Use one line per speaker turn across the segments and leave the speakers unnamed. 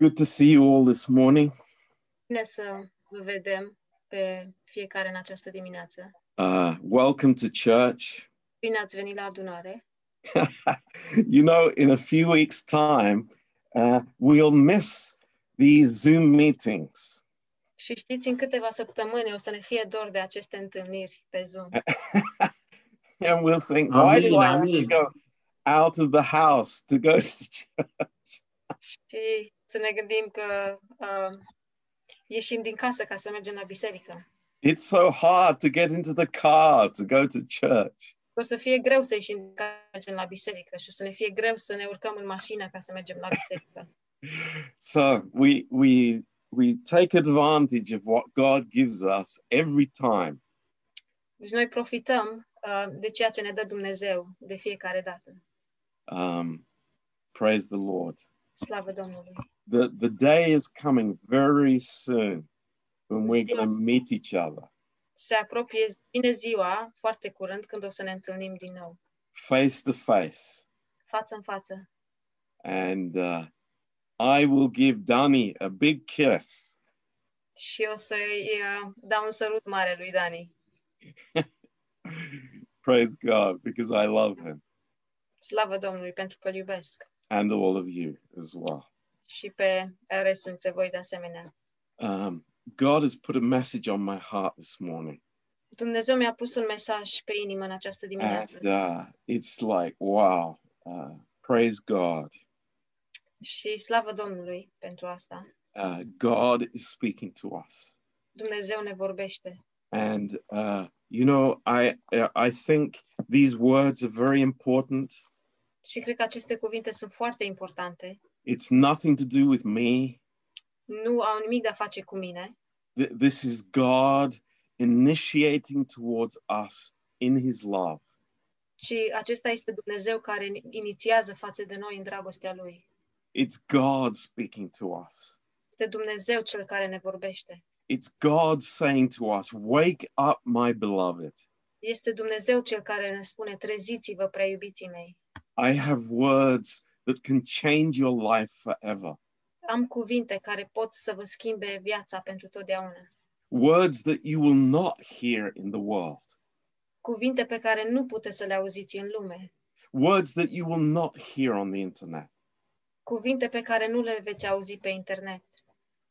Good to see you all this morning.
Bine să vă vedem pe fiecare în această dimineață.
Uh, welcome to church.
Bine ați venit la adunare.
you know, in a few weeks' time, uh, we'll miss these Zoom meetings.
Și știți, în câteva săptămâni o să ne fie dor de aceste întâlniri pe Zoom.
And we'll think, why do
Amin,
I have to
amin.
go out of the house to go to church?
și să ne gândim că uh, ieșim din casă ca să mergem la biserică.
It's so hard to get into the car to go to church.
O să fie greu să ieșim din casă să mergem la biserică și o să ne fie greu să ne urcăm în mașină ca să mergem la biserică.
So we we we take advantage of what God gives us every time.
Deci noi profităm uh, de ceea ce ne dă Dumnezeu de fiecare dată.
Um, praise the Lord.
Slavă Domnului!
The the day is coming very soon when we're going to
Yes.
meet each other
Se apropie bine ziua, foarte curând, când o să ne întâlnim din nou,
face to face,
față în față.
and uh, I will give Danny a big kiss.
Și o să-i uh, dau un sărut mare lui Dani.
praise God because I love him
Slavă Domnului pentru că îl iubesc.
and all of you as well.
și pe restul dintre voi de asemenea.
Um, God has put a message on my heart this morning,
Dumnezeu mi-a pus un mesaj pe inimă în această dimineață
and uh, it's like, wow, uh, praise God.
și slavă Domnului pentru asta.
Uh, God is speaking to us,
Dumnezeu ne vorbește
and uh, you know, I I think these words are very important.
și cred că aceste cuvinte sunt foarte importante.
It's nothing to do with me.
Nu au nimic de a face cu mine,
Th- This is God initiating towards us in His love.
ci acesta este Dumnezeu care inițiază față de noi în dragostea Lui.
It's God speaking to us.
Este Dumnezeu cel care ne vorbește.
It's God saying to us, "Wake up, my beloved."
Este Dumnezeu cel care ne spune, treziți-vă, prea iubiții mei.
I have words that can change your life forever.
Am cuvinte care pot să vă schimbe viața pentru totdeauna.
Words that you will not hear in the world.
cuvinte pe care nu puteți să le auziți în lume,
Words that you will not hear on the internet.
cuvinte pe care nu le veți auzi pe internet,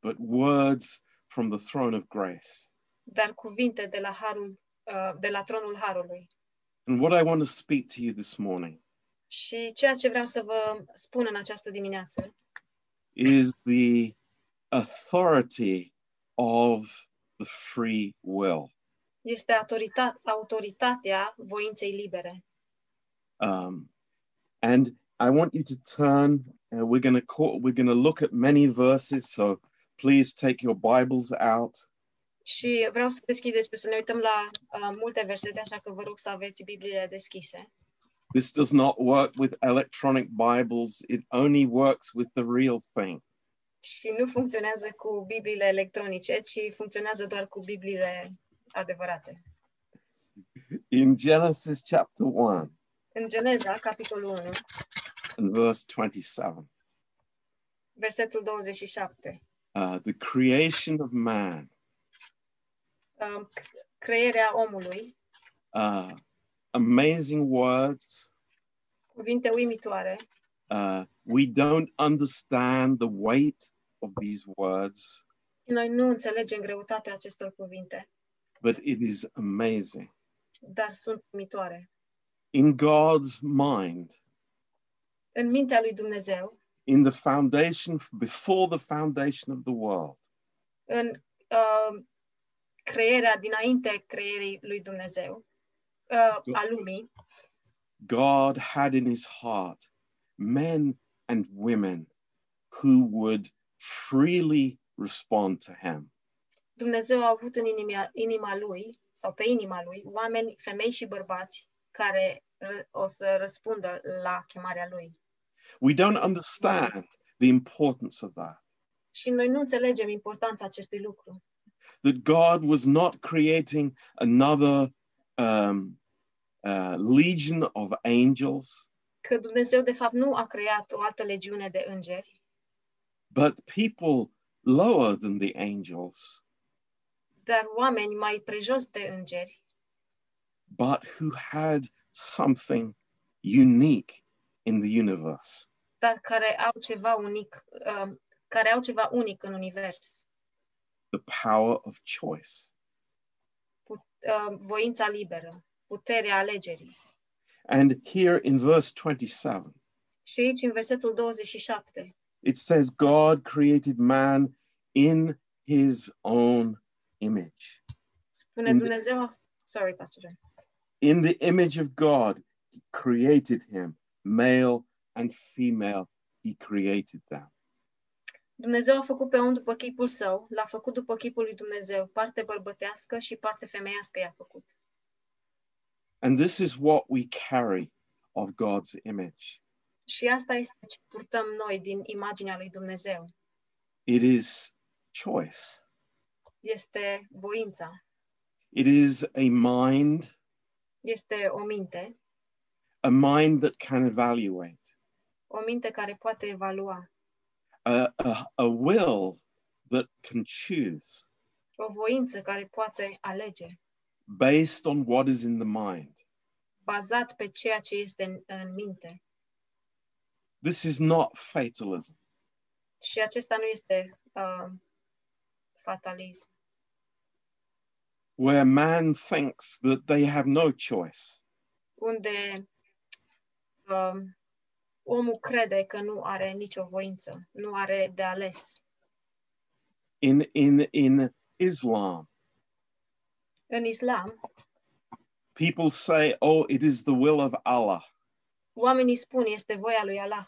But words from the throne of grace.
dar cuvinte de la harul uh, de la tronul harului.
And what I want to speak to you this morning
Și ceea ce vreau să vă spun în această dimineață
is the authority of the free will.
este autorita- autoritatea voinței libere.
Um, and I want you to turn. Uh, we're going to call, we're going to look at many verses. So please take your Bibles out.
Și vreau să deschideți, să ne uităm la uh, multe versete, așa că vă rog să aveți Bibliile deschise.
This does not work with electronic Bibles. It only works with the real thing.
Și nu funcționează cu Bibliile electronice, ci funcționează doar cu Bibliile adevărate.
In Genesis chapter 1
În Geneza, capitolul 1,
and verse 27,
versetul 27.
uh, the creation of man,
um, creierea omului,
uh, amazing words.
cuvinte uimitoare.
Uh, we don't understand the weight of these words,
Noi nu înțelegem greutatea acestor cuvinte,
but it is amazing.
dar sunt uimitoare.
in God's mind,
În mintea lui Dumnezeu,
in the foundation, before the foundation of the world,
în uh, creierea dinainte creierii lui Dumnezeu, uh, a lumii,
God had in his heart men and women who would freely respond to him.
Dumnezeu a avut în inima, inima lui, sau pe inima lui, oameni, femei și bărbați care ră- o să răspundă la chemarea lui.
We don't understand the importance of that,
Și noi nu înțelegem importanța acestui lucru.
that God was not creating another um, uh, legion of angels.
că Dumnezeu de fapt nu a creat o altă legiune de îngeri,
but people lower than the angels,
dar oameni mai prejos de îngeri,
but who had something unique in the universe.
dar care au ceva unic, um, care au ceva unic în univers,
the power of choice.
um, voința liberă, puterea alegerii.
And here in verse 27,
Și aici, în versetul 27,
it says, God created man in his own image.
spune
Unde-
Dumnezeu, sorry, pastor John.
In the image of God, he created him, male and female, he created them.
Dumnezeu a făcut pe om după chipul său, l-a făcut după chipul lui Dumnezeu, parte bărbătească și parte femeiască i-a făcut.
And this is what we carry of God's image.
Și asta este ce purtăm noi din imaginea lui Dumnezeu.
It is choice.
Este voința,
It is a mind,
este o minte,
a mind that can evaluate,
o minte care poate evalua,
a, a, a will that can choose.
o voință care poate alege,
based on what is in the mind.
bazat pe ceea ce este în, în minte.
This is not fatalism.
Și acesta nu este uh, fatalism,
Where man thinks that they have no choice,
unde uh, omul crede că nu are nicio voință, nu are de ales.
in in in Islam,
În islam,
people say, "Oh, it is the will of Allah."
oamenii spun este voia lui Allah.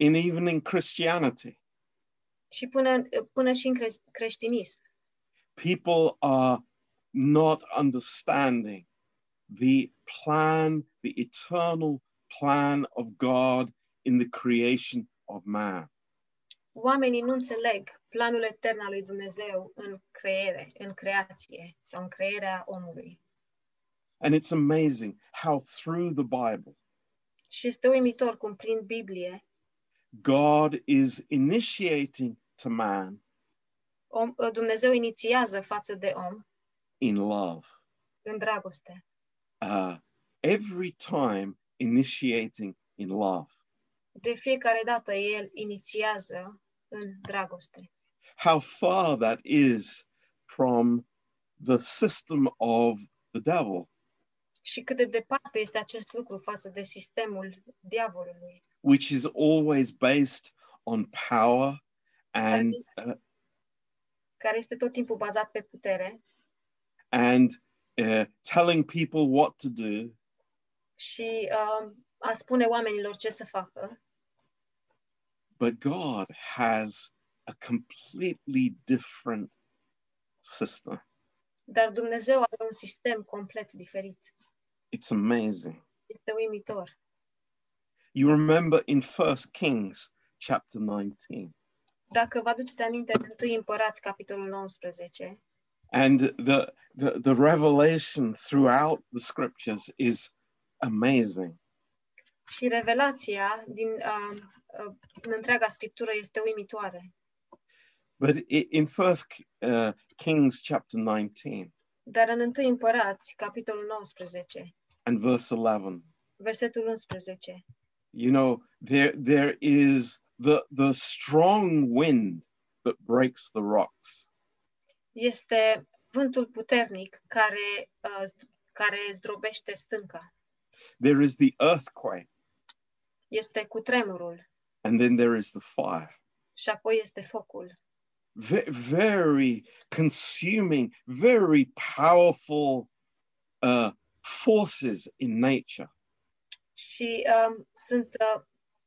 And even in Christianity,
Și până, până și în cre- creștinism,
people are not understanding the plan, the eternal plan of God in the creation of man.
oamenii nu înțeleg planul etern al lui Dumnezeu în creere, în creație sau în crearea omului.
And it's amazing how through the Bible
Și este uimitor cum prin Biblie
God is initiating to man
om, Dumnezeu inițiază față de om
in love,
în dragoste.
uh, every time initiating in love.
De fiecare dată El inițiază în dragoste.
How far that is from the system of the devil,
Și cât de departe este acest lucru față de sistemul diavolului,
which is always based on power and uh,
care este tot timpul bazat pe putere
and uh, telling people what to do
și uh, a spune oamenilor ce să facă,
But God has a completely different system.
dar Dumnezeu are un sistem complet diferit.
It's amazing.
Este uimitor.
You remember in First Kings chapter 19,
Dacă vă aduceți aminte de 1 Împărați, capitolul 19,
and the, the the revelation throughout the scriptures is amazing.
și revelația din uh, uh, în întreaga Scriptură este uimitoare.
But i- in First uh, Kings chapter 19
Dar în 1 Împărați, capitolul 19,
and verse 11,
versetul 11,
you know there there is the the strong wind that breaks the rocks.
este vântul puternic care, uh, care zdrobește stânca.
There is the earthquake,
Este cutremurul
and then there is the fire.
și apoi este focul.
Ve- very consuming, very powerful uh, forces in nature.
și um, sunt uh,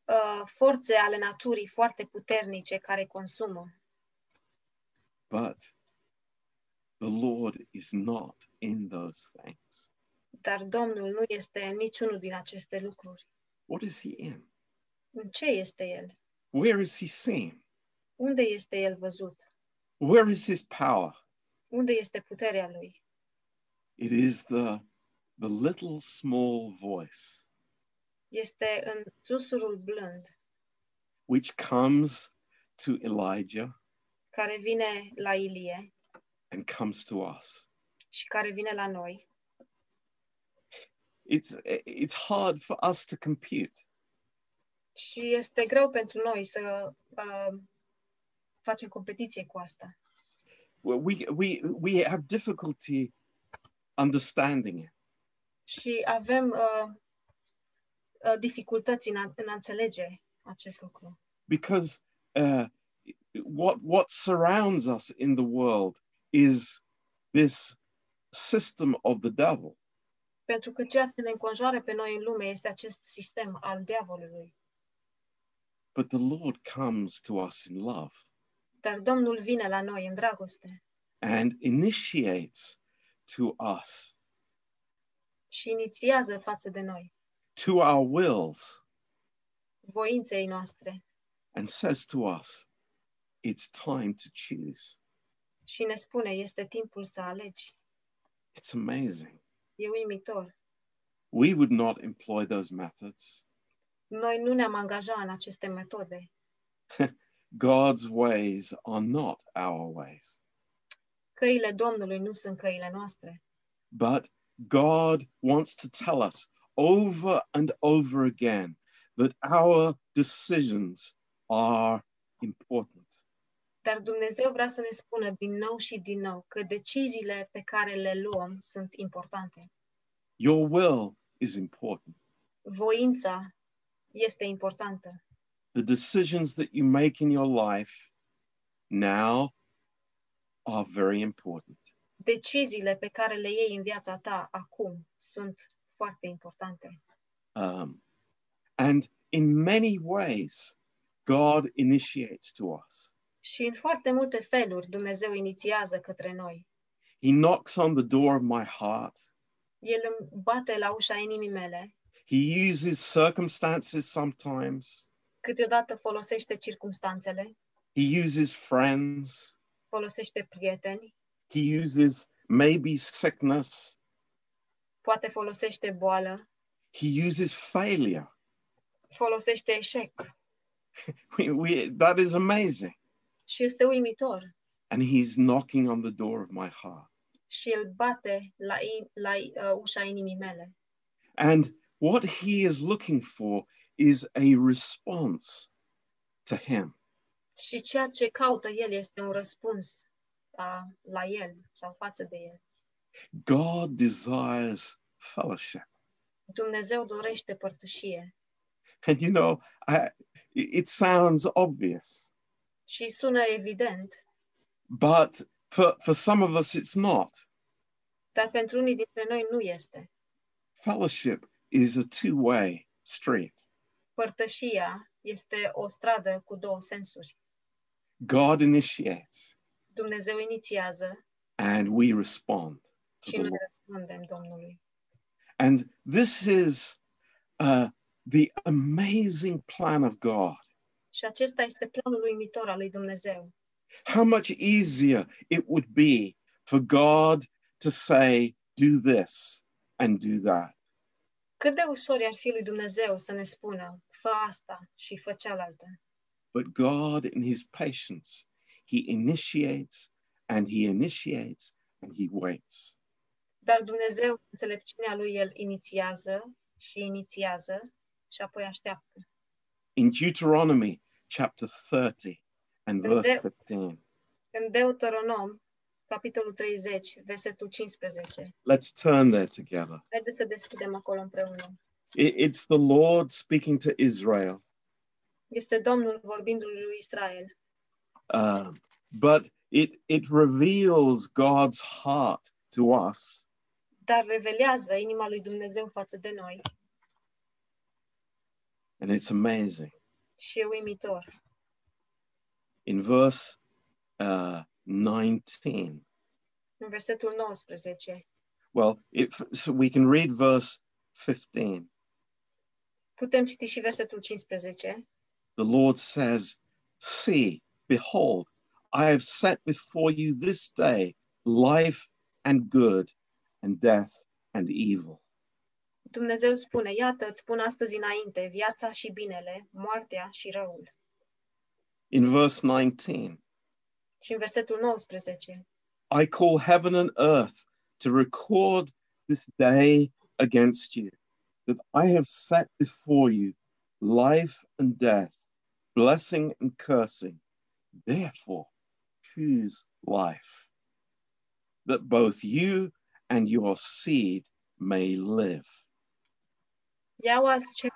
uh, forțe ale naturii foarte puternice care consumă.
But the Lord is not in those things.
Dar Domnul nu este în niciunul din aceste lucruri.
What is He in?
În ce este El?
Where is He seen?
Unde este El văzut?
Where is His power?
Unde este puterea Lui?
It is the the little small voice
Este în susurul blând,
which comes to Elijah
care vine la Ilie
and comes to us.
și care vine la noi.
It's, it's hard for us to compute.
Și este greu pentru noi să uh, facem competiție cu asta.
Well, We, we, we have difficulty understanding it.
Și avem uh, uh, dificultăți în a, în a înțelege acest lucru.
because uh, what what surrounds us in the world is this system of the devil
Pentru că ceea ce ne înconjoară pe noi în lume este acest sistem al diavolului.
but the lord comes to us in love
Dar Domnul vine la noi în dragoste
and initiates to us
și inițiază față de noi
to our wills
voinței noastre
and says to us it's time to choose
și ne spune, este timpul să alegi.
it's amazing
E uimitor.
we would not employ those methods
Noi nu ne-am angajat în aceste metode.
god's ways are not our ways
Căile Domnului nu sunt căile noastre.
But God wants to tell us over and over again that our decisions are important.
Dar Dumnezeu vrea să ne spună din nou și din nou că deciziile pe care le luăm sunt importante.
Your will is important.
Voința este importantă.
The decisions that you make in your life now are very important.
Deciziile pe care le iei în viața ta acum sunt foarte importante.
Um, and in many ways, God initiates to us.
Și în foarte multe feluri Dumnezeu inițiază către noi.
He knocks on the door of my heart.
El îmi bate la ușa inimii mele,
He uses circumstances sometimes.
câteodată folosește circumstanțele,
He uses friends.
folosește prieteni,
He uses maybe sickness.
poate folosește boală,
He uses failure.
folosește eșec.
We, we, that is amazing.
Și este uimitor.
And he's knocking on the door of my heart.
și îl bate la, in, la uh, ușa inimii mele.
And what he is looking for is a response to him.
Și ceea ce caută el este un răspuns a, la el sau față de el.
God desires fellowship.
Dumnezeu dorește părtășie
And you know, I, it sounds obvious,
și sună evident,
but for, for some of us, it's not.
dar pentru unii dintre noi nu este.
Fellowship is a two way street.
Părtășia este o stradă cu două sensuri.
God initiates
Dumnezeu inițiază
and we respond. to
și
the
noi
Lord.
răspundem Domnului.
And this is uh, the amazing plan of God.
Și acesta este planul uimitor al lui Dumnezeu.
How much easier it would be for God to say, do this and do that.
Cât de ușor ar fi lui Dumnezeu să ne spună, fă asta și fă cealaltă.
But God, in his patience, he initiates and he initiates and he waits.
Dar Dumnezeu, în înțelepciunea lui, el inițiază și inițiază și apoi așteaptă.
In Deuteronomy chapter 30 and
And
verse
that-
15.
În Deuteronom, capitolul 30, versetul 15.
Let's turn there together.
Haideți să deschidem acolo împreună.
It- it's the Lord speaking to Israel.
Este Domnul vorbind lui Israel,
Um, but it it reveals God's heart to us.
dar revelează inima lui Dumnezeu față de noi
And it's amazing.
și e uimitor.
In verse uh, 19,
În versetul 19,
well, it, so we can read verse 15.
putem citi și versetul 15.
The Lord says, See, behold, I have set before you this day life and good, and death and evil.
Dumnezeu spune, iată, îți pun astăzi înainte viața și binele, moartea și răul.
in verse 19.
Și în versetul 19,
I call heaven and earth to record this day against you, that I have set before you life and death, blessing and cursing. Therefore, choose life, that both you and your seed may live.
Iau azi cer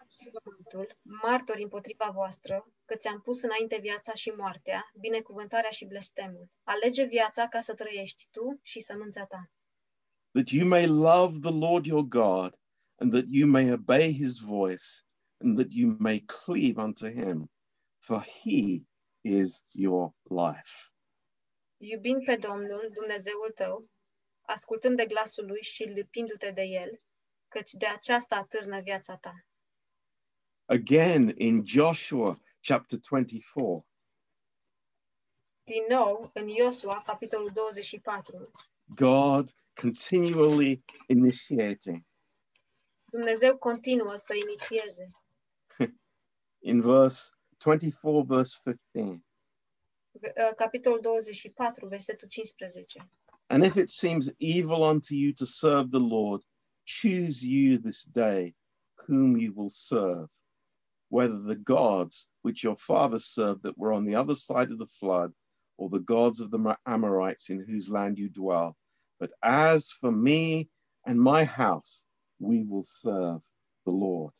pământul, martori împotriva voastră, că ți-am pus înainte viața și moartea, binecuvântarea și blestemul. Alege viața ca să trăiești tu și sămânța ta,
that you may love the Lord your God, and that you may obey his voice, and that you may cleave unto him, for he is your life.
iubind pe Domnul, Dumnezeul tău, ascultând de glasul lui și lipindu-te de el, căci de aceasta atârnă viața ta.
Again, in Joshua chapter 24,
Din nou, în Iosua, capitolul 24,
God continually initiating.
Dumnezeu continuă să inițieze.
In verse 24, verse 15,
V- uh, Capitolul 24, versetul 15.
and if it seems evil unto you to serve the Lord, choose you this day whom you will serve, whether the gods which your fathers served that were on the other side of the flood, or the gods of the Amorites in whose land you dwell. But as for me and my house, we will serve the Lord.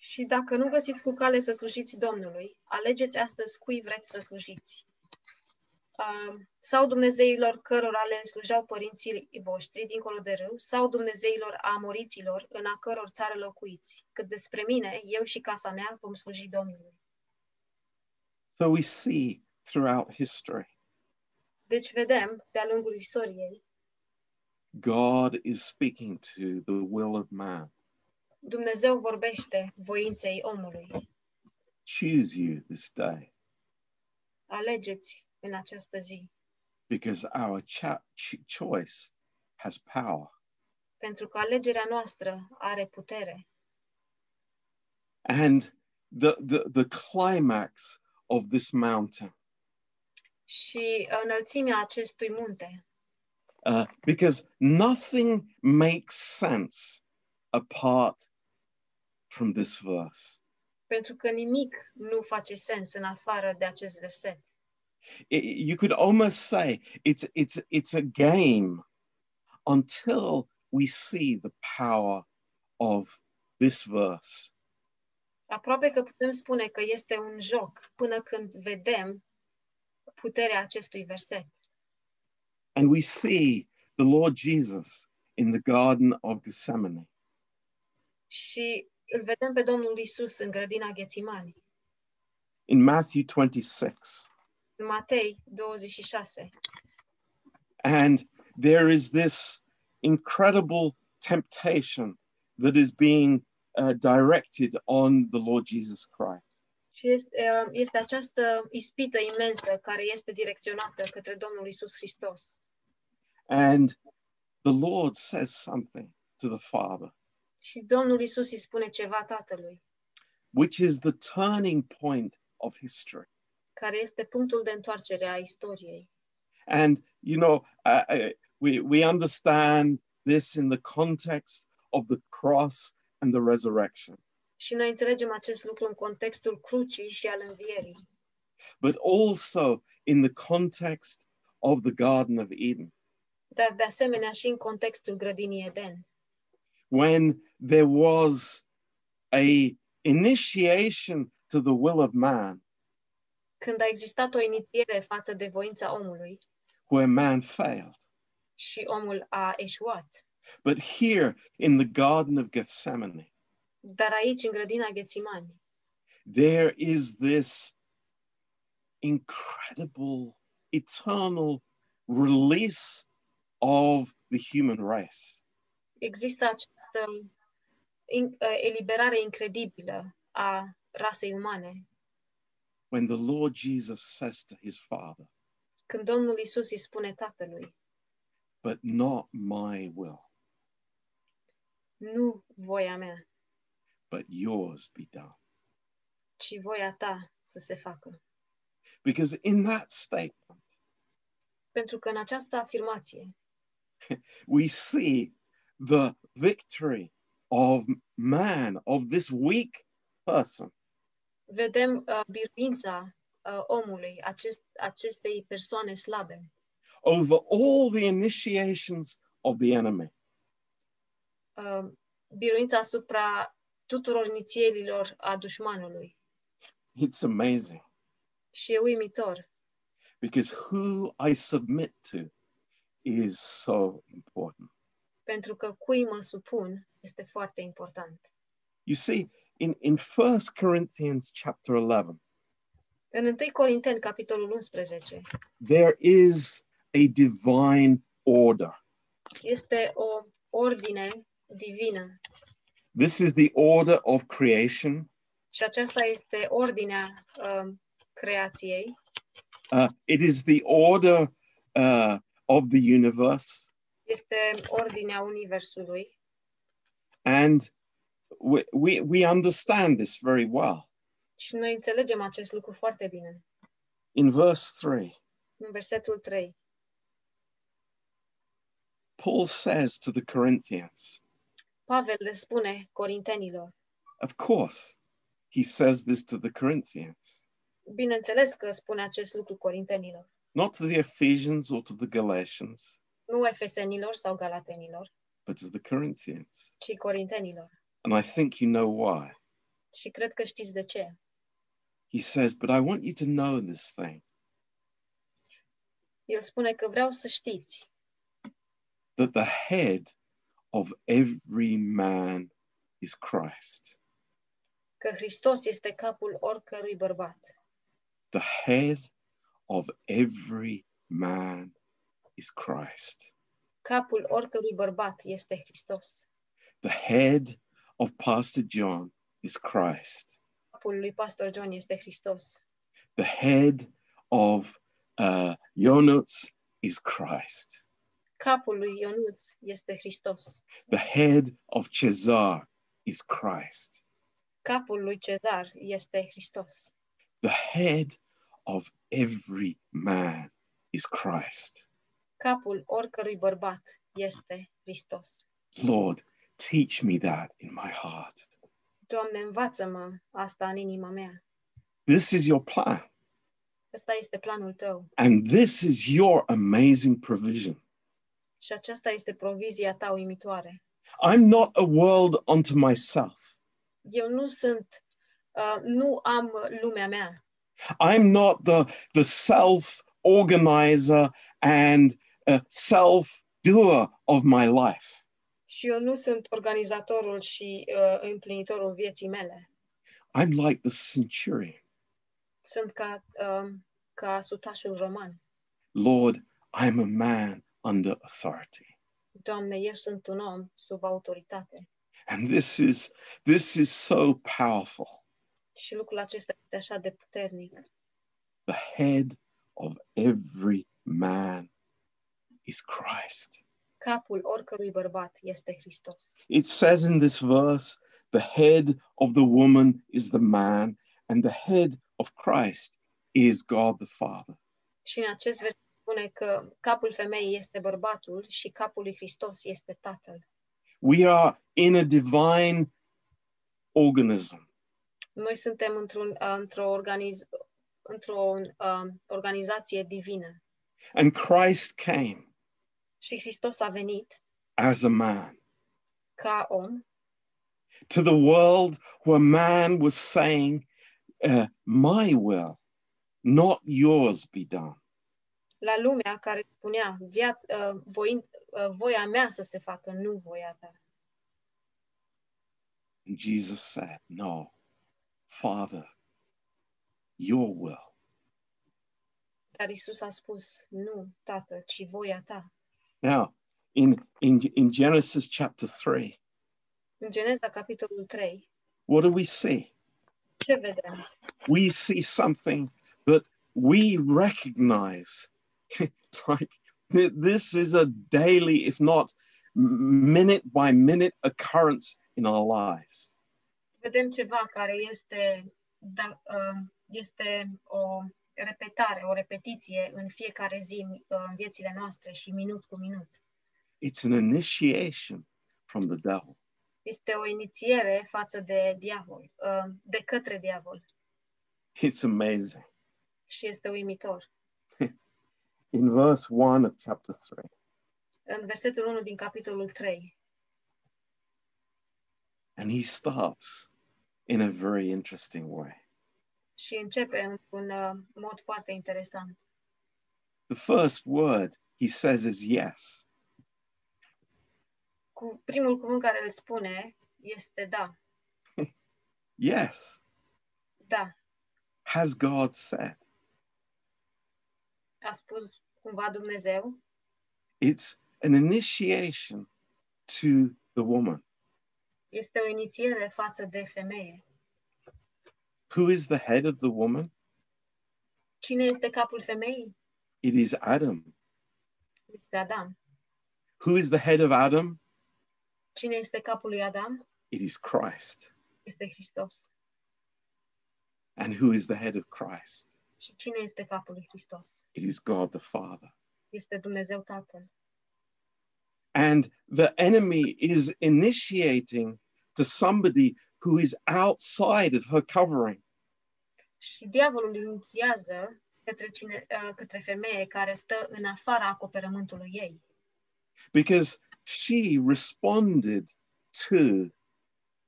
Și dacă nu găsiți cu cale să slujiți Domnului, alegeți astăzi cui vreți să slujiți. Um, Sau Dumnezeilor cărora le slujeau părinții voștri dincolo de râu, sau Dumnezeilor amoriților în a căror țară locuiți. Cât despre mine, eu și casa mea vom sluji Domnului.
So we see throughout history,
Deci vedem, de-a lungul istoriei,
God is speaking to the will of man.
Dumnezeu vorbește voinței omului.
Choose you this day.
Alegeți în această zi.
because our cha- ch- choice has power.
pentru că alegerea noastră are putere.
And the, the, the climax of this mountain,
Și înălțimea acestui munte,
uh, because nothing makes sense apart from this verse.
pentru că nimic nu face sens în afară de acest verset.
I- I- you could almost say it's, it's, it's a game until we see the power of this verse.
Aproape că putem spune că este un joc până când vedem puterea acestui verset.
And we see the Lord Jesus in the Garden of Gethsemane.
Și îl vedem pe Domnul Isus în grădina Ghețimani,
in Matthew 26.
în Matei 26.
And there is this incredible temptation that is being uh, directed on the Lord Jesus Christ.
Și este, uh, este această ispită imensă care este direcționată către Domnul Isus Hristos.
And the Lord says something to the Father,
Și Domnul Isus îi spune ceva tatălui.
which is the turning point of history.
care este punctul de întoarcere a istoriei.
And, you know, uh, uh, we, we understand this in the context of the cross and the resurrection.
Și noi înțelegem acest lucru în contextul crucii și al învierii,
but also in the context of the Garden of Eden,
dar de asemenea și în contextul grădinii Eden,
when there was a initiation to the will of man,
când a existat o inițiere față de voința omului
where man failed.
și omul a eșuat.
But here in the Garden of Gethsemane,
Dar aici, în grădina Ghețimani,
there is this incredible, eternal release of the human race.
există această in- ă, eliberare incredibilă a rasei umane,
When the Lord Jesus says to his Father,
când Domnul Isus îi spune tatălui,
But not my will,
nu voia mea,
but yours be done.
ci voia ta să se facă.
Because in that statement,
Pentru că în această afirmație
we see the victory of man, of this weak person,
vedem uh, biruința uh, omului, acest, acestei persoane slabe,
over all the initiations of the enemy.
uh, biruința asupra tuturor inițierilor a dușmanului.
It's amazing
Și e uimitor,
because who I submit to is so important.
pentru că cui mă supun este foarte important.
You see, in, in 1 Corinthians chapter 11,
În 1 Corinteni, capitolul 11,
there is a divine order.
este o ordine divină
This is the order of creation.
și aceasta este ordinea uh, creației,
Uh, it is the order uh, of the universe.
este ordinea universului
And we, we, we understand this very well.
Și noi înțelegem acest lucru foarte bine.
In verse 3,
În versetul 3,
Paul says to the Corinthians,
Pavel le spune corintenilor.
of course, he says this to the Corinthians,
Bineînțeles că spune acest lucru corintenilor,
not to the Ephesians or to the Galatians,
nu efesenilor sau galatenilor,
but to the Corinthians.
ci corintenilor.
And I think you know why.
Și cred că știți de ce.
He says, But I want you to know this thing
El spune că vreau să știți
that the head of every man is Christ.
că Hristos este capul oricărui bărbat.
the head of every man is Christ.
Capul oricărui bărbat este Hristos.
The head of Pastor John is Christ.
Capul lui Pastor John este Hristos.
The head of uh, Jonuts is Christ.
Capul lui Ionuț este Hristos.
The head of Cesar is Christ.
Capul lui Cezar este Hristos.
The head of every man is Christ.
capul oricărui bărbat este Hristos.
Lord, teach me that in my heart.
Doamne, învață-mă asta în inima mea.
This is your plan,
Ăsta este planul tău
and this is your amazing provision.
și aceasta este provizia ta uimitoare.
I'm not a world unto myself.
Eu nu sunt, uh, nu am lumea mea.
I'm not the, the self organizer and uh, self doer of my life.
Și eu nu sunt organizatorul și uh, împlinitorul vieții mele.
I'm like the centurion.
Sunt ca, uh, ca sutașul roman.
Lord, I'm a man under authority.
Doamne, eu sunt un om sub autoritate.
And this is this is so powerful.
Și lucrul acesta este așa de puternic.
The head of every man is Christ.
Capul oricărui bărbat este Hristos.
It says in this verse, the head of the woman is the man, and the head of Christ is God the Father.
Și în acest verset spune că capul femeii este bărbatul și capul lui Hristos este tatăl.
We are in a divine organism.
Noi suntem într-un, într-o, organiz, într-o um, organizație divină
And Christ came
și Hristos a venit
as a man
ca om
to the world where man was saying, uh, My will, not yours, be done.
la lumea care spunea via, uh, voin, uh, voia mea să se facă, nu voia ta.
And Jesus said, No, Father, your will.
Dar Isus a spus, nu, tată, ci voia ta.
Now, in, in, in Genesis chapter 3,
În Geneza, capitolul 3,
what do we see?
ce vedem?
We see something that we recognize. like th- this is a daily, if not m- minute by minute occurrence in our lives.
vedem ceva care este, da, uh, este o repetare, o repetiție în fiecare zi uh, în viețile noastre și minut cu minut.
It's an initiation from the devil.
Este o inițiere față de diavol, uh, de către diavol
It's amazing.
și este uimitor.
In verse 1 of chapter 3,
În versetul 1 din capitolul 3
and he starts in a very interesting way.
și începe într-un uh, mod foarte interesant.
The first word he says is yes.
Cu primul cuvânt care îl spune este da,
Yes.
da,
Has God said?
a spus cumva Dumnezeu.
It's an initiation to the woman
Este o inițiere față de femeie.
who is the head of the woman.
Cine este capul femeii?
It is Adam.
Este Adam.
Who is the head of Adam?
Cine este capul lui Adam?
It is Christ.
Este Hristos.
And who is the head of Christ?
Și cine este capul lui Hristos?
It is God the Father.
Este Dumnezeu Tatăl.
And the enemy is initiating to somebody who is outside of her covering.
Și diavolul inițiază către, cine, uh, către femeie care stă în afara acoperământului ei.
because she responded to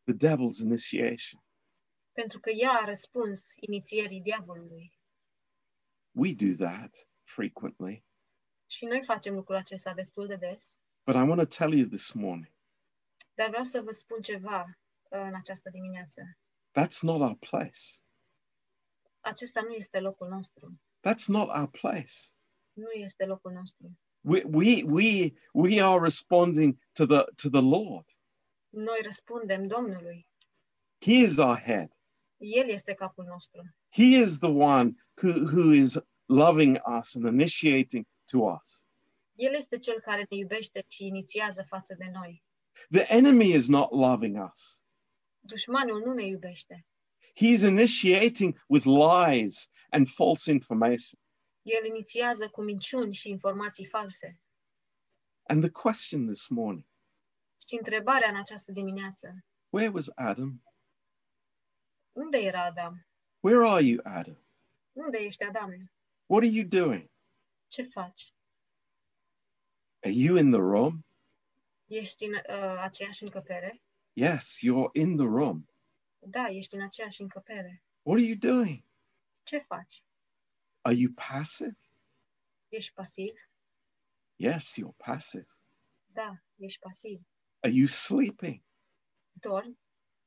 the devil's initiation.
Pentru că ea a răspuns inițierii diavolului.
We do that frequently.
Și noi facem lucrul acesta destul de des,
But I want to tell you this morning
dar vreau să vă spun ceva uh, în această dimineață.
that's not our place.
Acesta nu este locul nostru.
That's not our place.
Nu este locul nostru.
We, we, we, we are responding to the, to the Lord.
Noi răspundem Domnului.
He is our head.
El este capul nostru.
He is the one who, who is loving us and initiating to us.
El este cel care ne iubește și inițiază față de noi.
The enemy is not loving us.
Dușmanul nu ne iubește.
He's initiating with lies and false information.
El inițiază cu minciuni și informații false.
And the question this morning
Și întrebarea în această dimineață,
where was Adam?
unde era Adam?
Where are you, Adam?
Unde ești, Adam?
What are you doing?
Ce faci?
Are you in the room?
Ești în uh, aceeași încăpere?
Yes, you're in the room.
Da, ești în aceeași încăpere.
What are you doing?
Ce faci?
Are you passive?
Ești pasiv?
Yes, you're passive.
Da, ești pasiv.
Are you sleeping?
Dormi?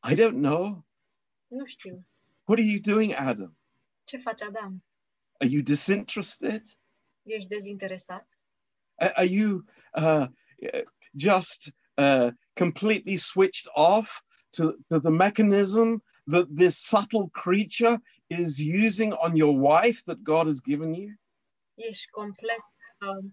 I don't know.
Nu știu.
What are you doing, Adam?
Ce faci, Adam?
Are you disinterested?
Ești dezinteresat?
A- Are you uh, uh, just uh, completely switched off to, to the mechanism that this subtle creature is using on your wife that God has given you?
Ești complet uh,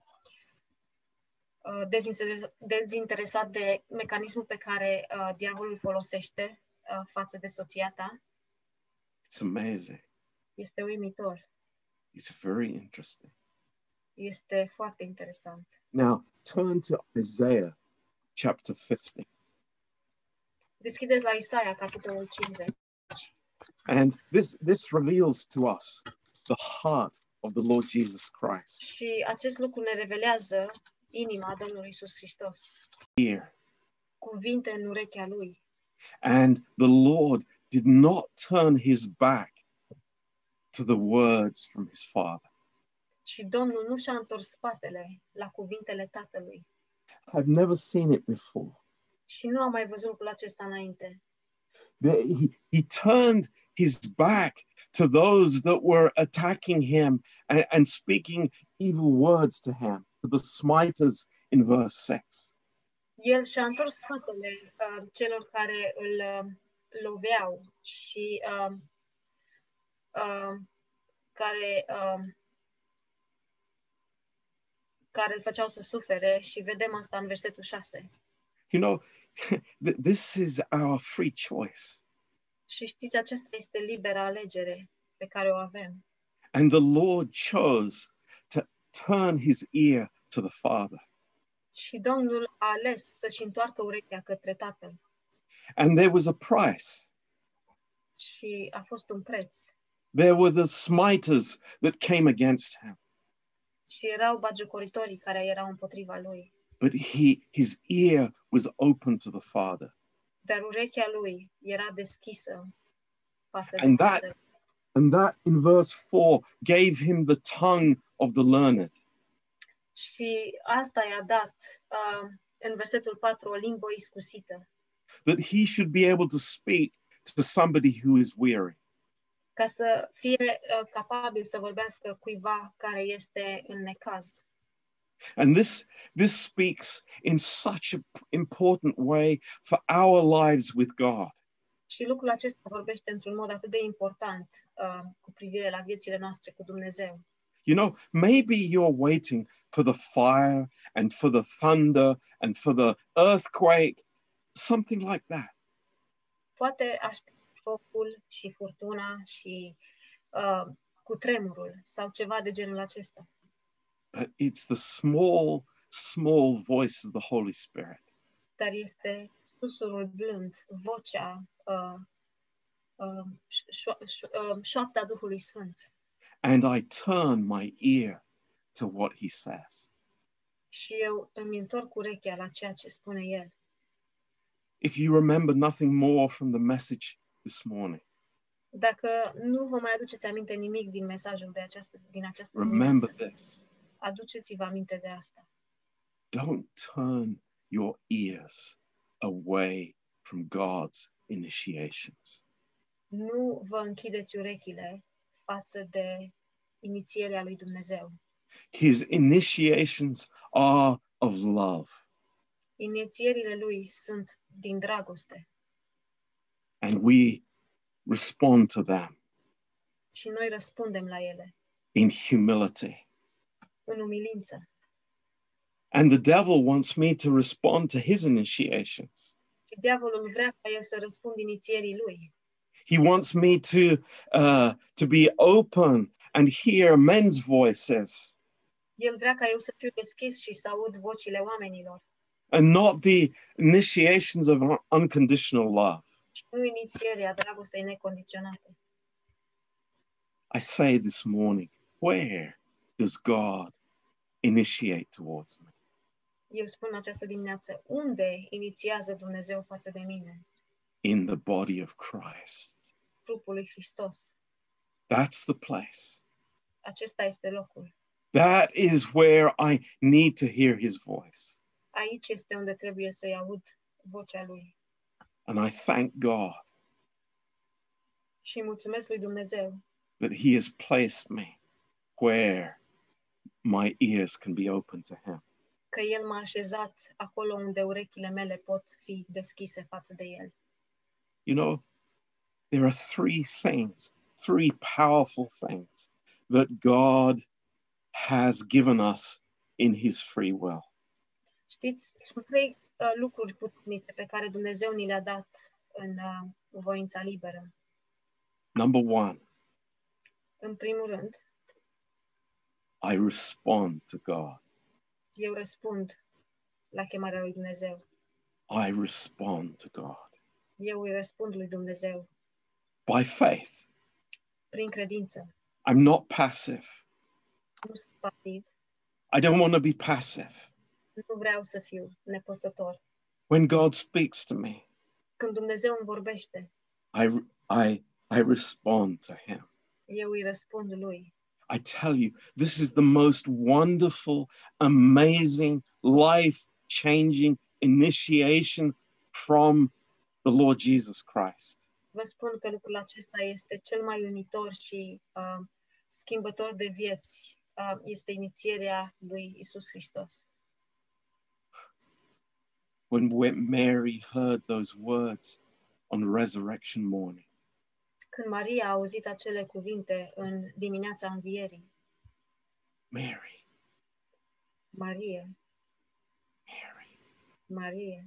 uh, dezinteres- dezinteresat de mecanismul pe care uh, diavolul îl folosește uh, față de soția ta?
It's amazing.
Este uimitor.
It's very interesting.
Este foarte interesant.
Now turn to Isaiah chapter 50.
Deschideți la Isaia, capitolul 50.
And this, this reveals to us the heart of the Lord Jesus Christ
Și acest lucru ne revelează inima Domnului Isus Hristos.
here.
Cuvinte în urechea lui.
And the Lord did not turn his back to the words from his father.
Și Domnul nu și-a întors spatele la cuvintele Tatălui.
I've never seen it before.
Și nu am mai văzut lucrul acesta înainte.
The- He, he turned his back to those that were attacking him and, and speaking evil words to him, to the smiters in verse 6.
El și-a întors spatele uh, celor care îl uh, loveau și uh, uh, care, uh, care îl făceau să sufere și vedem asta în versetul 6.
You know, th- this is our free choice.
Și știți, aceasta este libera alegere pe care o avem.
And the Lord chose to turn his ear to the Father.
Și Domnul a ales să-și întoarcă urechea către Tatăl.
And there was a price.
Și a fost un preț.
There were the smiters that came against him,
Și erau bagiocoritorii care erau împotriva lui.
but he, his ear was open to the Father.
Dar urechea lui era deschisă față de
And that-
Tatăl.
And that in verse 4 gave him the tongue of the learned.
Și asta i-a dat uh, în versetul 4 o limbă iscusită,
that he should be able to speak to somebody who is weary.
ca să fie uh, capabil să vorbească cuiva care este în necaz.
And this this speaks in such an important way for our lives with God.
Și lucrul acesta vorbește într-un mod atât de important uh, cu privire la viețile noastre cu Dumnezeu.
You know, maybe you're waiting for the fire and for the thunder and for the earthquake, something like that.
Poate aștepți focul și furtuna și uh, cu tremurul sau ceva de genul acesta.
But it's the small, small voice of the Holy Spirit
Dar este susurul blând, vocea, uh, uh, șo- șo- uh, șoapta Duhului Sfânt.
and I turn my ear to what he says.
Și eu îmi întorc urechea la ceea ce spune el.
If you remember nothing more from the message this morning,
Dacă nu vă mai aduceți aminte nimic din mesajul de această, din această
Remember
dimineață,
this.
aduceți-vă aminte de asta.
Don't turn your ears away from God's initiations.
Nu vă închideți urechile față de inițierea lui Dumnezeu.
His initiations are of love,
Inițierile lui sunt din dragoste
and we respond to them
și noi răspundem la ele
in humility.
în umilință.
And the devil wants me to respond to his initiations.
Și diavolul vrea ca eu să răspund inițierii lui.
He wants me to uh, to be open and hear men's voices
El vrea ca eu să fiu deschis și să aud vocile oamenilor
and not the initiations of un- unconditional love.
și nu inițierea dragostei necondiționate.
I say this morning, where does God initiate towards me?
Eu spun în această dimineață, unde inițiază Dumnezeu față de mine,
In the body of Christ.
trupul lui Hristos?
That's the place.
Acesta este locul.
That is where I need to hear his voice.
Aici este unde trebuie să-i aud vocea lui.
And I thank God
Și îi mulțumesc lui Dumnezeu
that he has placed me where my ears can be open to him.
că El m-a așezat acolo unde urechile mele pot fi deschise față de El.
You know, there are three things, three powerful things that God has given us in his free will.
Știți, sunt trei uh, lucruri puternice pe care Dumnezeu ni le-a dat în uh, voința liberă.
Number one,
În primul rând,
I respond to God.
eu răspund la chemarea lui Dumnezeu.
I respond to God
Eu îi răspund lui Dumnezeu
by faith.
prin credință.
I'm not passive.
nu sunt pasiv,
I don't want to be passive.
nu vreau să fiu nepăsător.
When God speaks to me,
Când Dumnezeu îmi vorbește,
I, I, I respond to Him.
eu îi răspund lui.
I tell you, this is the most wonderful, amazing, life changing initiation from the Lord Jesus Christ.
Vă spun că lucrul acesta este cel mai unitor și uh, schimbător de vieți. Uh, este inițierea lui Isus Hristos.
When we- Mary heard those words on resurrection morning,
Când Maria a auzit acele cuvinte în dimineața învierii,
Mary,
Marie,
Mary,
Marie,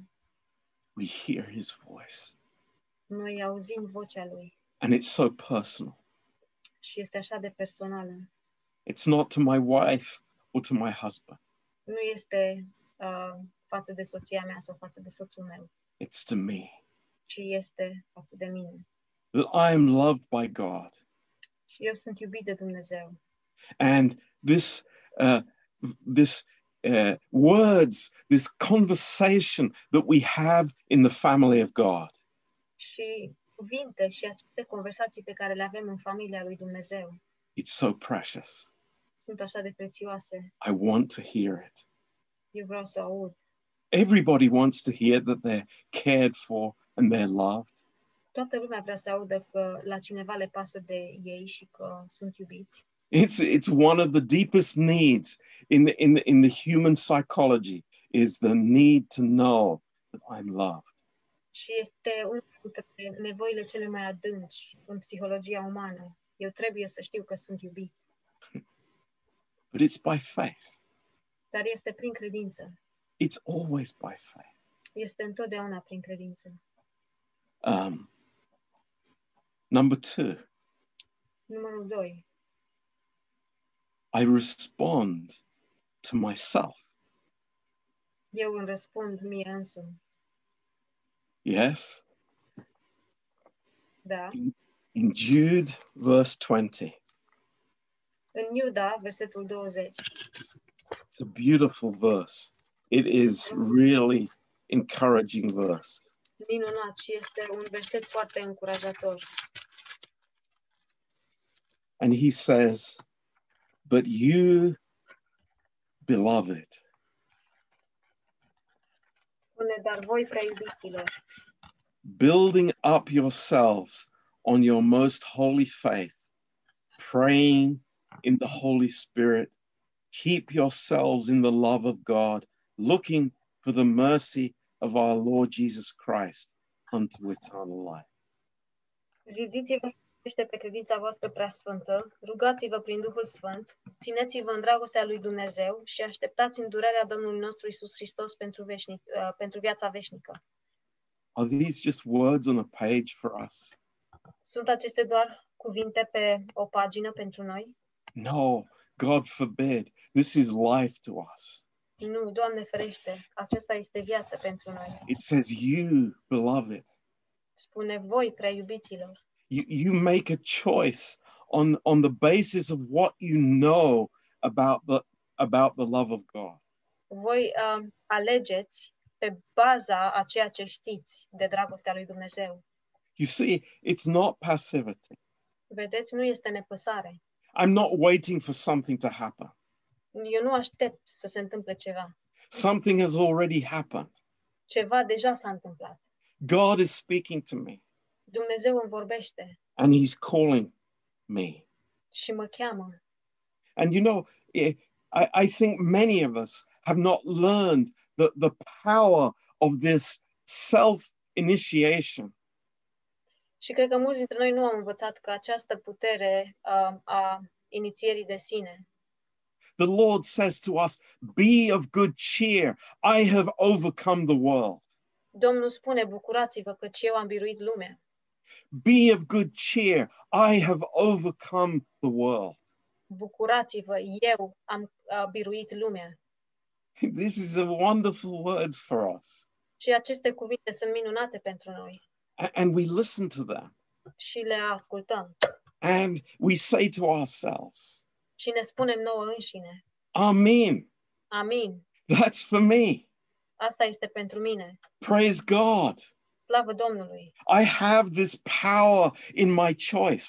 we hear his voice
noi auzim vocea lui
and it's so personal.
și este așa de personală.
It's not to my wife or to my husband.
Nu este uh, față de soția mea sau față de soțul meu,
It's to me.
ci este față de mine.
That I am loved by God.
Și eu sunt iubit de Dumnezeu.
And this, uh, this uh, words, this conversation that we have in the family of God
Și cuvinte și aceste conversații pe care le avem în familia lui Dumnezeu
It's so precious.
sunt așa de prețioase.
I want to hear it.
Eu vreau să aud.
Everybody wants to hear that they're cared for and they're loved.
Toată lumea vrea să audă că la cineva le pasă de ei și că sunt iubiți.
It's, it's one of the deepest needs in the, in, the, in the human psychology is the need to know that I'm loved.
Și este una dintre nevoile cele mai adânci în psihologia umană. Eu trebuie să știu că sunt iubit,
But it's by faith.
dar este prin credință.
It's always by faith.
Este întotdeauna prin credință.
Um, number two,
Numărul 2.
I respond to myself.
Eu îmi răspund mie însumi.
Yes,
Da.
in Jude verse 20.
În Iuda, versetul 20,
It's a beautiful verse. It is really encouraging verse.
minunat și este un verset foarte încurajator.
And he says, But you, beloved,
Spune, dar voi, prea iubiților,
building up yourselves on your most holy faith, praying in the Holy Spirit, keep yourselves in the love of God, looking for the mercy of our Lord Jesus Christ unto eternal life.
zidiți-vă este pe credința voastră prea sfântă, rugați-vă prin Duhul Sfânt, țineți-vă în dragostea lui Dumnezeu și așteptați îndurarea Domnului nostru Isus Hristos pentru, veșnic, uh, pentru viața veșnică.
Are these just words on a page for us?
Sunt aceste doar cuvinte pe o pagină pentru noi?
No, God forbid. This is life to us.
Nu, Doamne ferește, acesta este viață pentru noi.
It says, You, beloved,
Spune voi, prea iubiților,
you, you make a choice on, on the basis of what you know about the, about the love of God.
voi uh, alegeți pe baza a ceea ce știți de dragostea lui Dumnezeu.
You see, it's not passivity.
Vedeți, nu este nepăsare.
I'm not waiting for something to happen.
Eu nu aștept să se întâmple ceva.
Something has already happened.
Ceva deja s-a întâmplat.
God is speaking to me
Dumnezeu îmi vorbește
and He's calling me.
și mă cheamă.
And you know, eh, I, I think many of us have not learned the, the power of this self initiation.
Și cred că mulți dintre noi nu au învățat că această putere uh, a inițierii de sine.
The Lord says to us, Be of good cheer. I have overcome the world.
Domnul spune, bucurați-vă căci eu am biruit lumea.
Be of good cheer. I have overcome the world.
Bucurați-vă, eu am uh, biruit lumea.
This is a wonderful words for us.
Și aceste cuvinte sunt minunate pentru noi
A- And we listen to them
și le ascultăm.
and we say to ourselves,
Și ne spunem nouă înșine,
Amen.
amin,
That's for me.
asta este pentru mine,
Praise God.
slavă Domnului.
I have this power in my choice.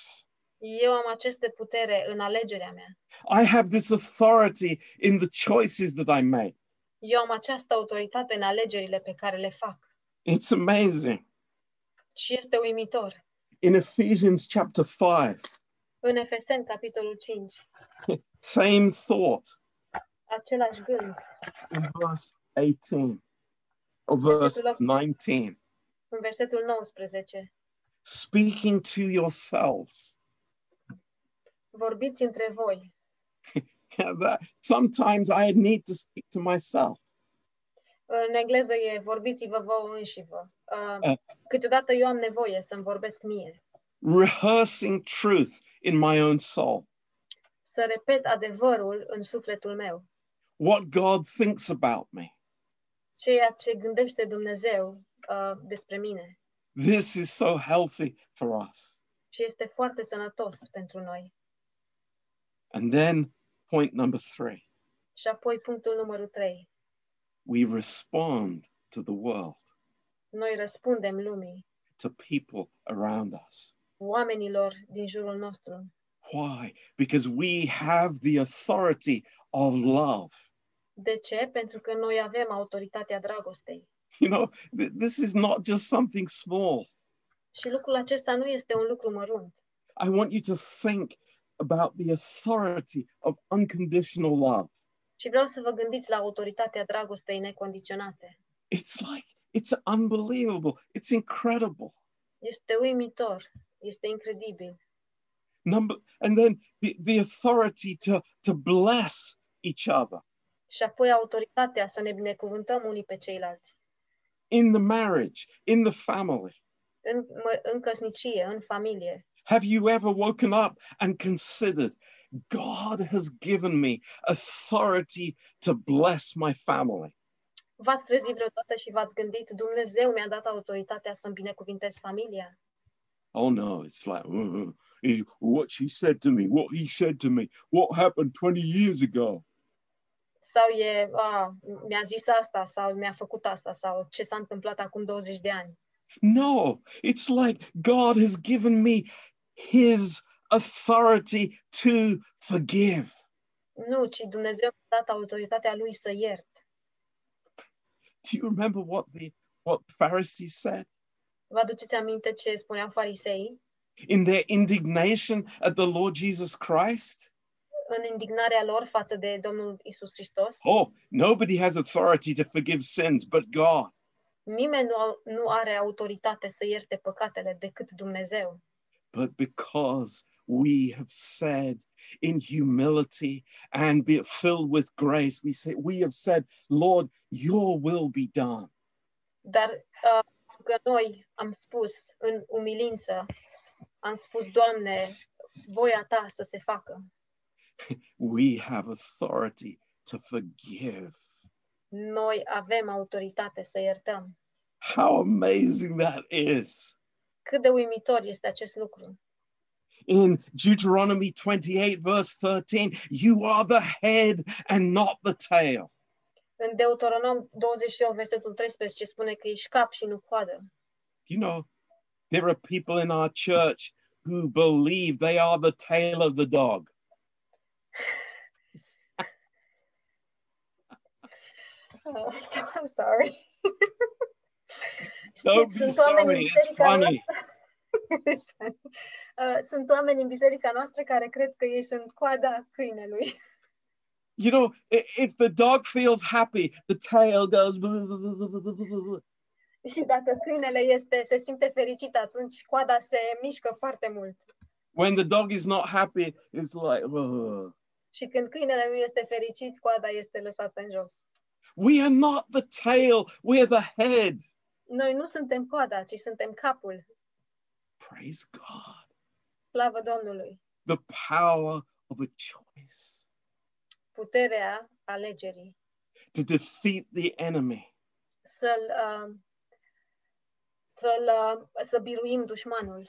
Eu am aceste putere în alegerea mea.
I have this authority in the choices that I make.
Eu am această autoritate în alegerile pe care le fac.
It's amazing.
Și este uimitor.
In Ephesians chapter 5,
În Efeseni, capitolul 5,
same thought
același gând,
in verse 18 or verse
Versetul
19,
în versetul 19.
speaking to yourselves.
Vorbiți între voi.
That- sometimes I need to speak to myself.
În engleză e vorbiți-vă vouă înșivă. Uh,
Eh.
Câteodată eu am nevoie să-mi vorbesc mie.
Rehearsing truth in my own soul,
să repet adevărul în sufletul meu.
what God thinks about me.
Ceea ce gândește Dumnezeu uh, despre mine
This is so healthy for us.
și este foarte sănătos pentru noi.
And then, point number three,
Și apoi punctul numărul 3.
we respond to the world,
Noi răspundem lumii,
to people around us.
oamenilor din jurul nostru.
Why? Because we have the authority of love.
De ce? Pentru că noi avem autoritatea dragostei.
You know, th- this is not just something small.
Și lucrul acesta nu este un lucru mărunt.
I want you to think about the authority of unconditional love.
Și vreau să vă gândiți la autoritatea dragostei necondiționate.
It's like, it's unbelievable. It's incredible.
Este uimitor, este incredibil.
Number, and then the, the authority to, to bless each other
Și apoi autoritatea să ne binecuvântăm unii pe ceilalți.
in the marriage, in the family.
În, mă- în căsnicie, în familie.
Have you ever woken up and considered, God has given me authority to bless my family?
V-ați trezit vreodată și v-ați gândit, Dumnezeu mi-a dat autoritatea să-mi binecuvintez familia?
Oh no, it's like "Uh, he- what she said to me, what he said to me, what happened 20 years ago.
Sau e, a, mi-a zis asta, sau mi-a făcut asta, sau ce s-a întâmplat acum 20 de ani?
No, it's like God has given me his authority to forgive.
Nu, ci Dumnezeu mi-a dat autoritatea lui să iert.
Do you remember what the what Pharisees said
Vă aduceți aminte ce spuneau fariseii?
in their indignation at the Lord Jesus Christ?
În indignarea lor față de Domnul Isus Hristos,
Oh, nobody has authority to forgive sins but God.
nimeni nu, au- nu are autoritate să ierte păcatele decât Dumnezeu.
But because we have said in humility and be filled with grace, we say we have said, Lord, your will be done.
Dar uh, pentru că noi am spus în umilință, am spus, Doamne, voia Ta să se facă.
We have authority to forgive.
Noi avem autoritate să iertăm.
How amazing that is.
Cât de uimitor este acest lucru.
in Deuteronomy 28, verse 13, you are the head and not the tail.
În Deuteronom 28, versetul 13, spune că ești cap și nu coadă.
You know, there are people in our church who believe they are the tail of the dog.
Oh, I'm sorry.
Don't
Știți,
be
sunt oameni în
sorry, it's
biserica
funny.
noastră- Uh, sunt oameni în biserica noastră care cred că ei sunt coada câinelui.
You know, i- if the dog feels happy, the tail goes. You
Și dacă câinele este, se simte fericit, atunci coada se mișcă foarte mult.
When the dog is not happy, it's like, "Ugh."
Și când câinele nu este fericit, coada este lăsată în jos.
we are not the tail, we're the head.
Noi nu suntem coada, ci suntem capul.
Praise God.
Slavă Domnului!
The power of a choice.
Puterea alegerii.
to defeat the enemy.
Să-l, uh, să-l, uh, să biruim dușmanul.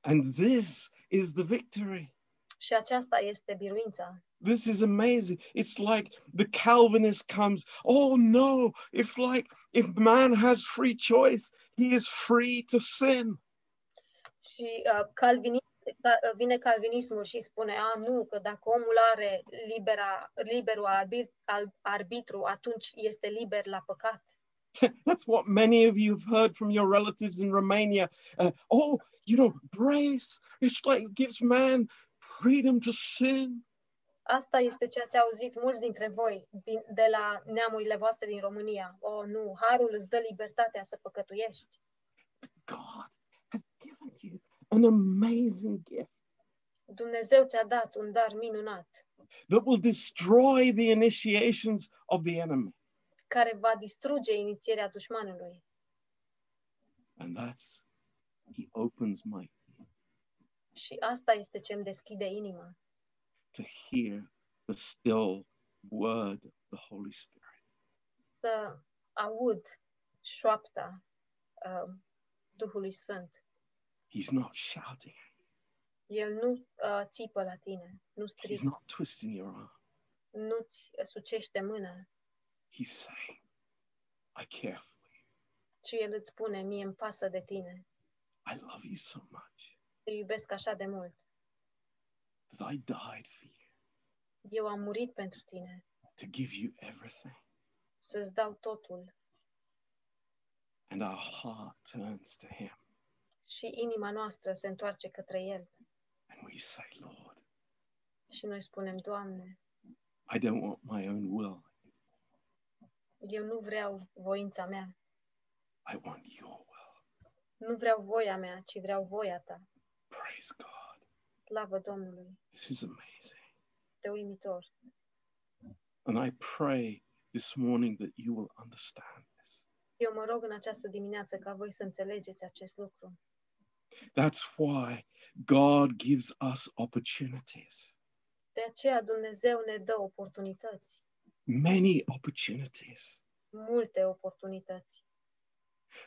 And this is the victory.
Și aceasta este biruința.
This is amazing. It's like the Calvinist comes, oh no, if like if man has free choice, he is free to sin.
Și uh, calvinism, ca- uh, vine calvinismul și spune, a, nu, că dacă omul are libera, liberul arbit, al, arbitru, atunci este liber la păcat.
That's what many of you have heard from your relatives in Romania. Uh, oh, you know, grace, it's like it gives man freedom to sin.
Asta este ceea ce au auzit mulți dintre voi din, de la neamurile voastre din România. O, nu, harul îți dă libertatea să păcătuiești.
God has given you an amazing gift
Dumnezeu ți-a dat un dar minunat
that will destroy the initiations of the enemy.
care va distruge inițierea dușmanului.
And that's, he opens my
Și asta este ce îmi deschide inima,
to hear the still word of the Holy Spirit.
să aud șoapta uh, Duhului Sfânt.
He's not shouting.
El nu uh, țipă la tine, nu
He's
strigă,
not twisting your arm.
nu-ți sucește mâna,
He's saying, I care for you.
ci El îți spune, mie îmi pasă de tine,
I love you so much
te iubesc așa de mult,
that I died for you
eu am murit pentru tine,
to give you everything.
să-ți dau totul.
And our heart turns to him
Și inima noastră se întoarce către El
and we say, Lord,
și noi spunem, Doamne,
I don't want my own will.
eu nu vreau voința mea,
I want your will.
nu vreau voia mea, ci vreau voia ta.
Praise God.
Slavă Domnului,
This is amazing.
este uimitor.
And I pray this morning that you will understand this.
Eu mă rog în această dimineață ca voi să înțelegeți acest lucru.
That's why God gives us opportunities,
De aceea Dumnezeu ne dă oportunități,
many opportunities.
multe oportunități.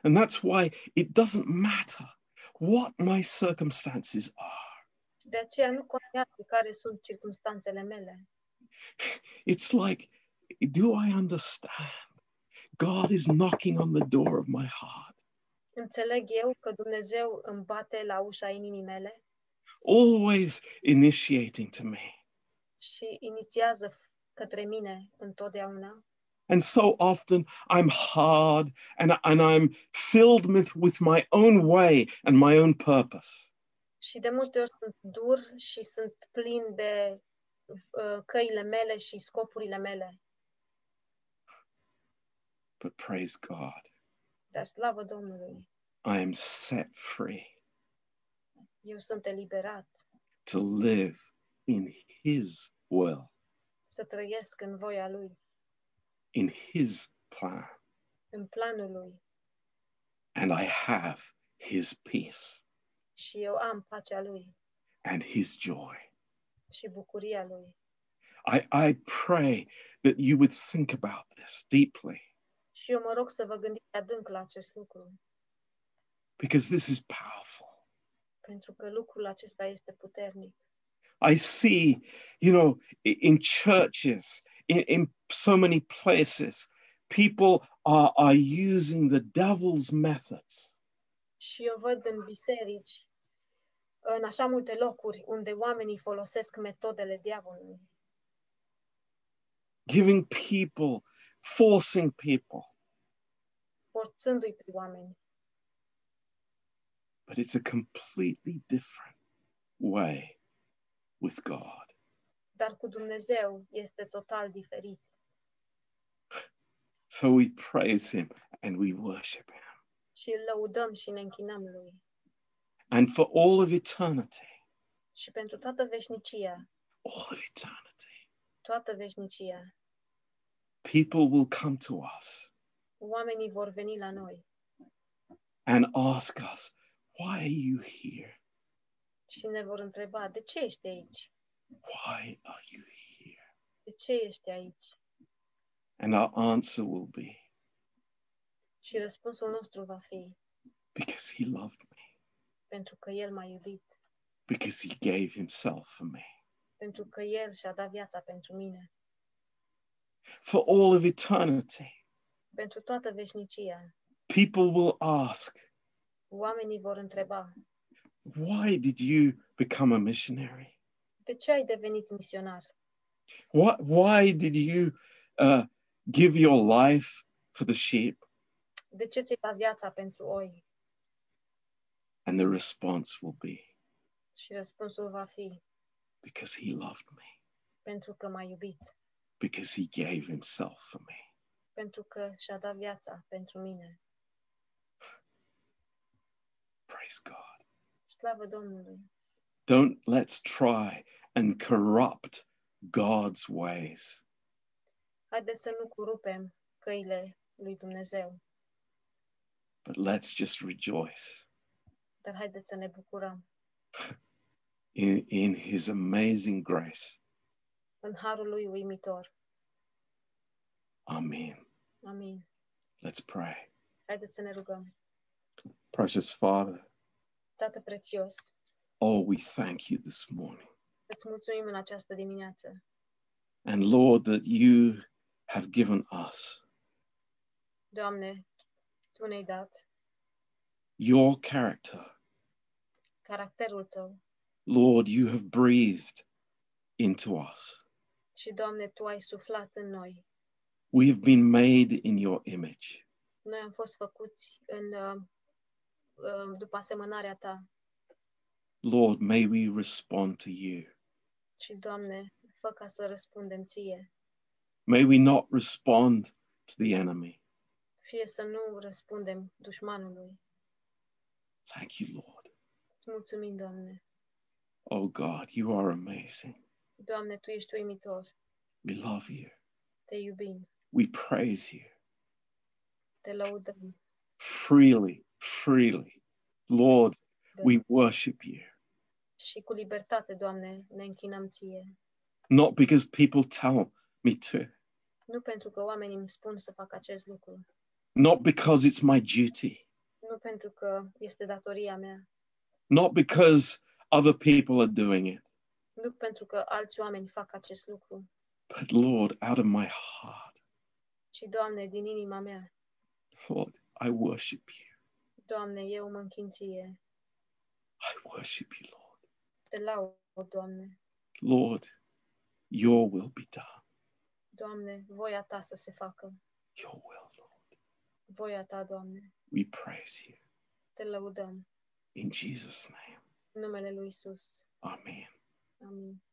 And that's why it doesn't matter what my circumstances are.
Și de aceea nu contează care sunt circumstanțele mele.
It's like, do I understand? God is knocking on the door of my heart.
Înțeleg eu că Dumnezeu îmi bate la ușa inimii mele
always initiating to me.
și inițiază f- către mine întotdeauna.
And so often I'm hard and, and I'm filled with, with my own way and my own purpose.
Și de multe ori sunt dur și sunt plin de uh, căile mele și scopurile mele.
But praise God,
Dar slavă Domnului,
I am set free
eu sunt eliberat
to live in His will,
să trăiesc în voia Lui,
in His plan,
în planul Lui
and I have His peace
și eu am pacea Lui
and His joy.
și bucuria Lui.
I, I pray that you would think about this deeply
Și eu mă rog să vă gândiți adânc la acest lucru,
because this is powerful.
pentru că lucrul acesta este puternic.
I see, you know, i- in churches, in, in so many places, people are, are using the devil's methods
Și eu văd în biserici, în așa multe locuri unde oamenii folosesc metodele diavolului,
giving people, forcing people.
forțându-i pe oameni.
But it's a completely different way with God.
Dar cu Dumnezeu este total diferit.
So we praise Him and we worship Him.
Și îl lăudăm și ne închinăm lui.
And for all of eternity,
Și pentru toată veșnicia,
all of eternity,
toată veșnicia,
people will come to us
oamenii vor veni la noi
and ask us, why are you here?
și ne vor întreba, de ce ești aici?
why are you here?
De ce ești aici?
And our answer will be,
Și răspunsul nostru va fi,
because he loved me,
pentru că El m-a iubit.
because he gave himself for me.
pentru că El și-a dat viața pentru mine,
For all of eternity,
pentru toată veșnicia.
people will ask,
Oamenii vor întreba,
why did you become a missionary?
de ce ai devenit misionar?
Why, why did you uh, give your life for the sheep?
De ce ți-ai dat viața pentru oi?
And the response will be,
Și răspunsul va fi,
because he loved me,
pentru că m-a iubit,
because he gave himself for me.
pentru că și-a dat viața pentru mine.
Praise God.
Slavă Domnului!
Don't let's try and corrupt God's ways.
Haideți să nu curupem căile lui Dumnezeu,
but let's just rejoice
dar haideți să ne bucurăm
in, in his amazing grace.
în harul lui uimitor.
Amen.
Amin.
Let's pray.
Haideți să ne rugăm.
Precious Father,
Tată prețios,
oh, we thank you this morning.
îți mulțumim în această dimineață
And Lord, that you have given us
Doamne, Tu ne-ai dat
your character.
caracterul Tău
Lord, you have breathed into us.
și, Doamne, Tu ai suflat în noi.
We have been made in your image.
Noi am fost făcuți în, uh, uh, după asemănarea Ta
Lord, may we respond to you.
și, Doamne, fă ca să răspundem Ție.
May we not respond to the enemy.
Fie să nu răspundem dușmanului.
Thank you, Lord.
Îți mulțumim, Doamne.
Oh God, you are amazing.
Doamne, Tu ești uimitor.
We love you.
Te iubim,
We praise you
te lăudăm.
freely, freely. Lord, we worship you.
și cu libertate, Doamne, ne închinăm Ție.
Not because people tell me to,
Nu pentru că oamenii îmi spun să fac acest lucru,
not because it's my duty,
nu pentru că este datoria mea,
not because other people are doing it,
nu pentru că alți oameni fac acest lucru,
but Lord, out of my heart,
ci, Doamne, din inima mea,
Lord, I worship you.
Doamne, eu mă închin Ție,
I worship you, Lord.
te laud, Doamne,
Lord, your will be done.
Doamne, voia Ta să se facă,
Your will, Lord.
voia Ta, Doamne,
We praise you.
te laudăm,
In Jesus' name.
în numele Lui Isus.
Amen.
Amin.